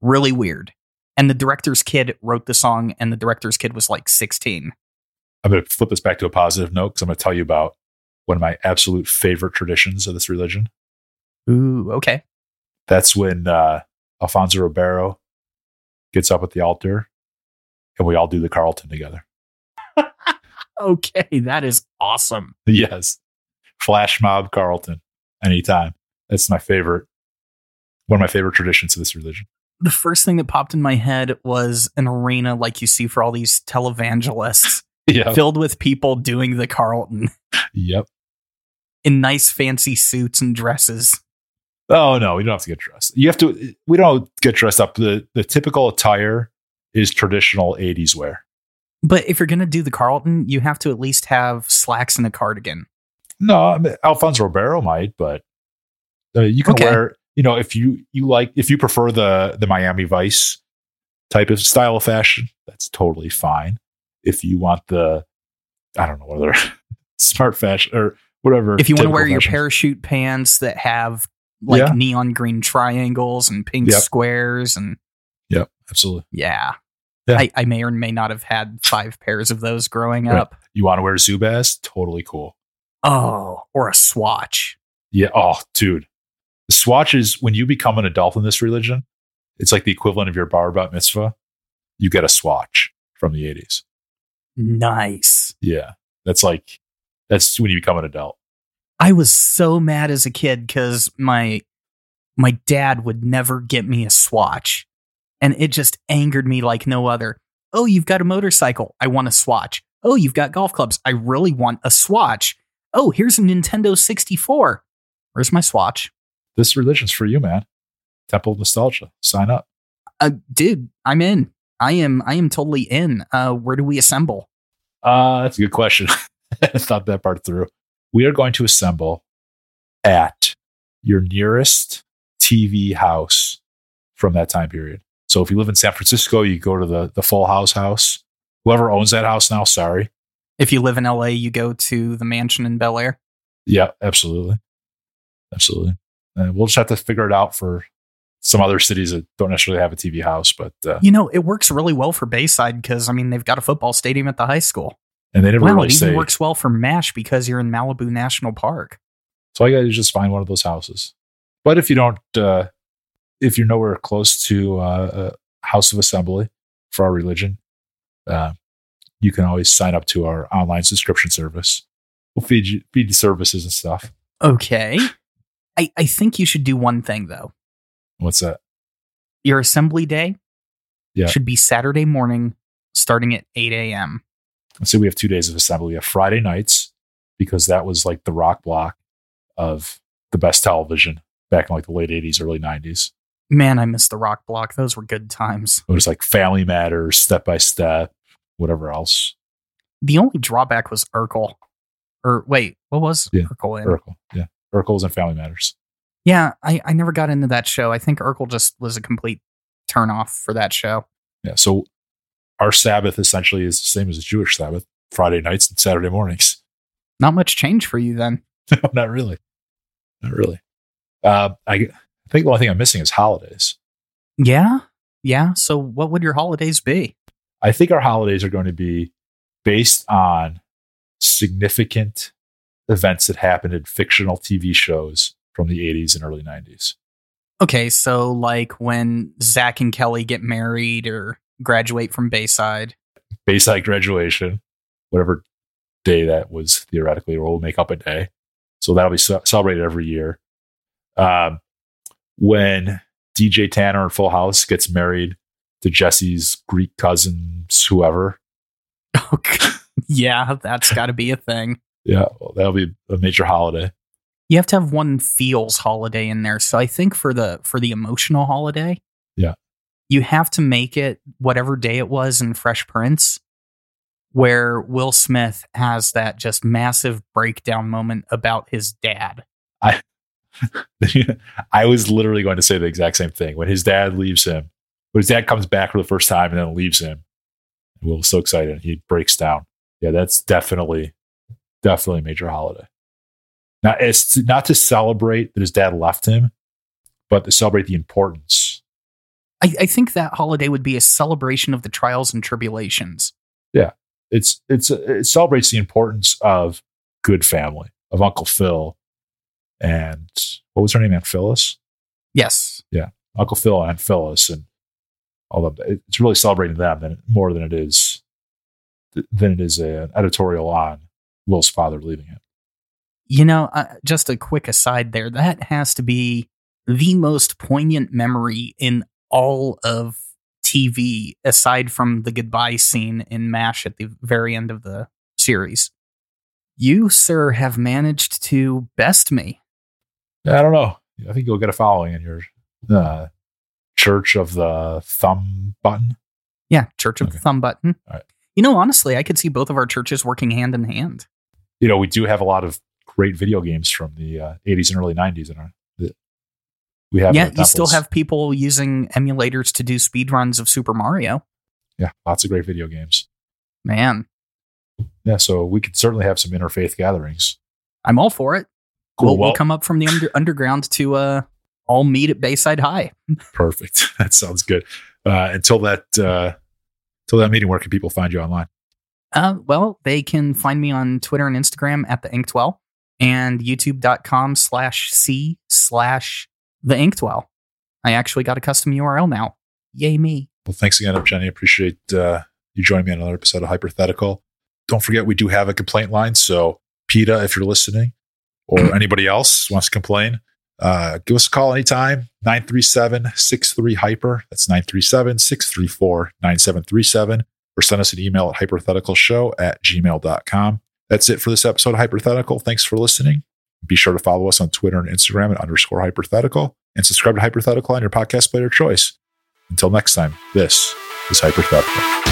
Speaker 2: Really weird. And the director's kid wrote the song, and the director's kid was like 16.
Speaker 1: I'm going to flip this back to a positive note because I'm going to tell you about one of my absolute favorite traditions of this religion.
Speaker 2: Ooh, okay.
Speaker 1: that's when uh, Alfonso Ribeiro gets up at the altar and we all do the Carlton together.
Speaker 2: Okay, that is awesome.
Speaker 1: Yes. Flash mob Carlton anytime. That's my favorite, one of my favorite traditions of this religion.
Speaker 2: The first thing that popped in my head was an arena like you see for all these televangelists
Speaker 1: Yeah.
Speaker 2: filled with people doing the Carlton
Speaker 1: Yep.
Speaker 2: in nice fancy suits and dresses.
Speaker 1: Oh, no, you don't have to get dressed. You have to, we don't get dressed up. The, the typical attire is traditional 80s wear.
Speaker 2: But if you're going to do the Carlton, you have to at least have slacks and a cardigan.
Speaker 1: No, I mean, Alfonso Ribeiro might, but uh, you can
Speaker 2: Okay.
Speaker 1: wear. You know, if you you like, if you prefer the the Miami Vice type of style of fashion, that's totally fine. If you want the, I don't know whether smart fashion or whatever.
Speaker 2: If you want to
Speaker 1: typical
Speaker 2: wear your
Speaker 1: fashion-
Speaker 2: parachute pants that have like
Speaker 1: Yeah.
Speaker 2: neon green triangles and pink
Speaker 1: Yep.
Speaker 2: squares and
Speaker 1: absolutely.
Speaker 2: yeah.
Speaker 1: Yeah.
Speaker 2: I, I may or may not have had five pairs of those growing
Speaker 1: Right.
Speaker 2: up.
Speaker 1: You want to wear Zubaz, totally cool.
Speaker 2: Oh, or a swatch.
Speaker 1: Yeah. Oh, dude, the swatch is when you become an adult in this religion, it's like the equivalent of your bar bat mitzvah. You get a swatch from the eighties.
Speaker 2: Nice.
Speaker 1: Yeah. That's like that's when you become an adult.
Speaker 2: I was so mad as a kid because my my dad would never get me a swatch. And it just angered me like no other. Oh, you've got a motorcycle. I want a swatch. Oh, you've got golf clubs. I really want a swatch. Oh, here's a Nintendo 64. Where's my swatch?
Speaker 1: This religion's for you, man. Temple of Nostalgia. Sign up.
Speaker 2: Uh, dude, I'm in. I am I am totally in. Uh, where do we assemble?
Speaker 1: Uh, that's a good question. I thought that part through. We are going to assemble at your nearest TV house from that time period. So if you live in San Francisco, you go to the, the Full House house. Whoever owns that house now, sorry.
Speaker 2: If you live in LA, you go to the mansion in Bel Air.
Speaker 1: Yeah, absolutely. Absolutely. And we'll just have to figure it out for some other cities that don't necessarily have a TV house, but uh,
Speaker 2: You know, it works really well for Bayside because I mean they've got a football stadium at the high school.
Speaker 1: and they never
Speaker 2: Wow,
Speaker 1: really
Speaker 2: it even
Speaker 1: say.
Speaker 2: works well for Mash because you're in Malibu National Park.
Speaker 1: So all you gotta do is just find one of those houses. But if you don't, uh, if you're nowhere close to uh, a house of assembly for our religion, uh, you can always sign up to our online subscription service. We'll feed you feed you services and stuff.
Speaker 2: Okay. I, I think you should do one thing though.
Speaker 1: What's that?
Speaker 2: Your assembly day
Speaker 1: Yeah.
Speaker 2: should be Saturday morning starting at 8 a.m.
Speaker 1: Let's say we have two days of assembly. We have Friday nights because that was like the rock block of the best television back in like the late 80s, early 90s.
Speaker 2: Man, I miss the rock block. Those were good times.
Speaker 1: It was like Family Matters, Step by Step, whatever else.
Speaker 2: The only drawback was Urkel. Or wait, what was
Speaker 1: Yeah,
Speaker 2: Urkel in?
Speaker 1: Urkel. Yeah. Urkel's and Family Matters.
Speaker 2: Yeah, I, I never got into that show. I think Urkel just was a complete turnoff for that show.
Speaker 1: Yeah. So our Sabbath essentially is the same as the Jewish Sabbath, Friday nights and Saturday mornings.
Speaker 2: Not much change for you then.
Speaker 1: No, not really. Not really. Uh, I g- I think the only thing I'm missing is holidays.
Speaker 2: Yeah. Yeah. So what would your holidays be?
Speaker 1: I think our holidays are going to be based on significant events that happened in fictional TV shows from the 80s and early 90s.
Speaker 2: Okay, so like when Zach and Kelly get married or graduate from Bayside.
Speaker 1: Bayside graduation, whatever day that was theoretically, or we'll make up a day. So that'll be ce- celebrated every year. Um, when DJ Tanner in Full House gets married to Jesse's Greek cousins, whoever,
Speaker 2: Oh, God. yeah, that's got to be a thing.
Speaker 1: yeah, well, that'll be a major holiday.
Speaker 2: You have to have one feels holiday in there. So I think for the for the emotional holiday,
Speaker 1: Yeah.
Speaker 2: you have to make it whatever day it was in Fresh Prince, where Will Smith has that just massive breakdown moment about his dad.
Speaker 1: I was literally going to say the exact same thing when his dad leaves him, when his dad comes back for the first time and then leaves him. Will was so excited and he breaks down. Yeah, that's definitely, definitely a major holiday. Now it's not to celebrate that his dad left him, but to celebrate the importance.
Speaker 2: I, I think that holiday would be a celebration of the trials and tribulations.
Speaker 1: It's it's it celebrates the importance of good family of Uncle Phil, and what was her name? Aunt Phyllis.
Speaker 2: Yes.
Speaker 1: Uncle Phil and Phyllis and all of that. It's really celebrating them than, more than it is than it is an editorial on Will's father leaving him.
Speaker 2: You know, uh, just a quick aside there. That has to be the most poignant memory in all of TV, aside from the goodbye scene in MASH at the very end of the series. You, sir, have managed to best me.
Speaker 1: I don't know. I think you'll get a following in your uh, Church of the Thumb Button.
Speaker 2: Yeah, Church of
Speaker 1: Okay.
Speaker 2: the Thumb Button.
Speaker 1: All right.
Speaker 2: You know, honestly, I could see both of our churches working hand in hand.
Speaker 1: You know, we do have a lot of great video games from the uh, 80s and early 90s in our. The, we have in
Speaker 2: yeah,
Speaker 1: our
Speaker 2: you still
Speaker 1: temples.
Speaker 2: have people using emulators to do speedruns of Super Mario.
Speaker 1: yeah lots of great video games.
Speaker 2: Man,
Speaker 1: Yeah, so we could certainly have some interfaith gatherings.
Speaker 2: I'm all for it.
Speaker 1: Cool.
Speaker 2: We'll,
Speaker 1: well,
Speaker 2: we'll come up from the under, underground to uh, all meet at Bayside High.
Speaker 1: Perfect. That sounds good. Uh, until that uh, until that meeting, where can people find you online?
Speaker 2: Uh, well, they can find me on Twitter and Instagram at the Inktwell and youtube.com slash C slash the Inktwell. I actually got a custom URL now. Yay me.
Speaker 1: Well, thanks again, Jenny. Appreciate uh, you joining me on another episode of Hypothetical. Don't forget, we do have a complaint line. So, PETA, if you're listening, or anybody else wants to complain, uh, give us a call anytime 937 63 Hyper. That's 937 634 9737. Or send us an email at hypotheticalshow at gmail.com. That's it for this episode of Hypothetical. Thanks for listening. Be sure to follow us on Twitter and Instagram at underscore hypothetical and subscribe to Hypothetical on your podcast player of choice. Until next time, this is Hypothetical.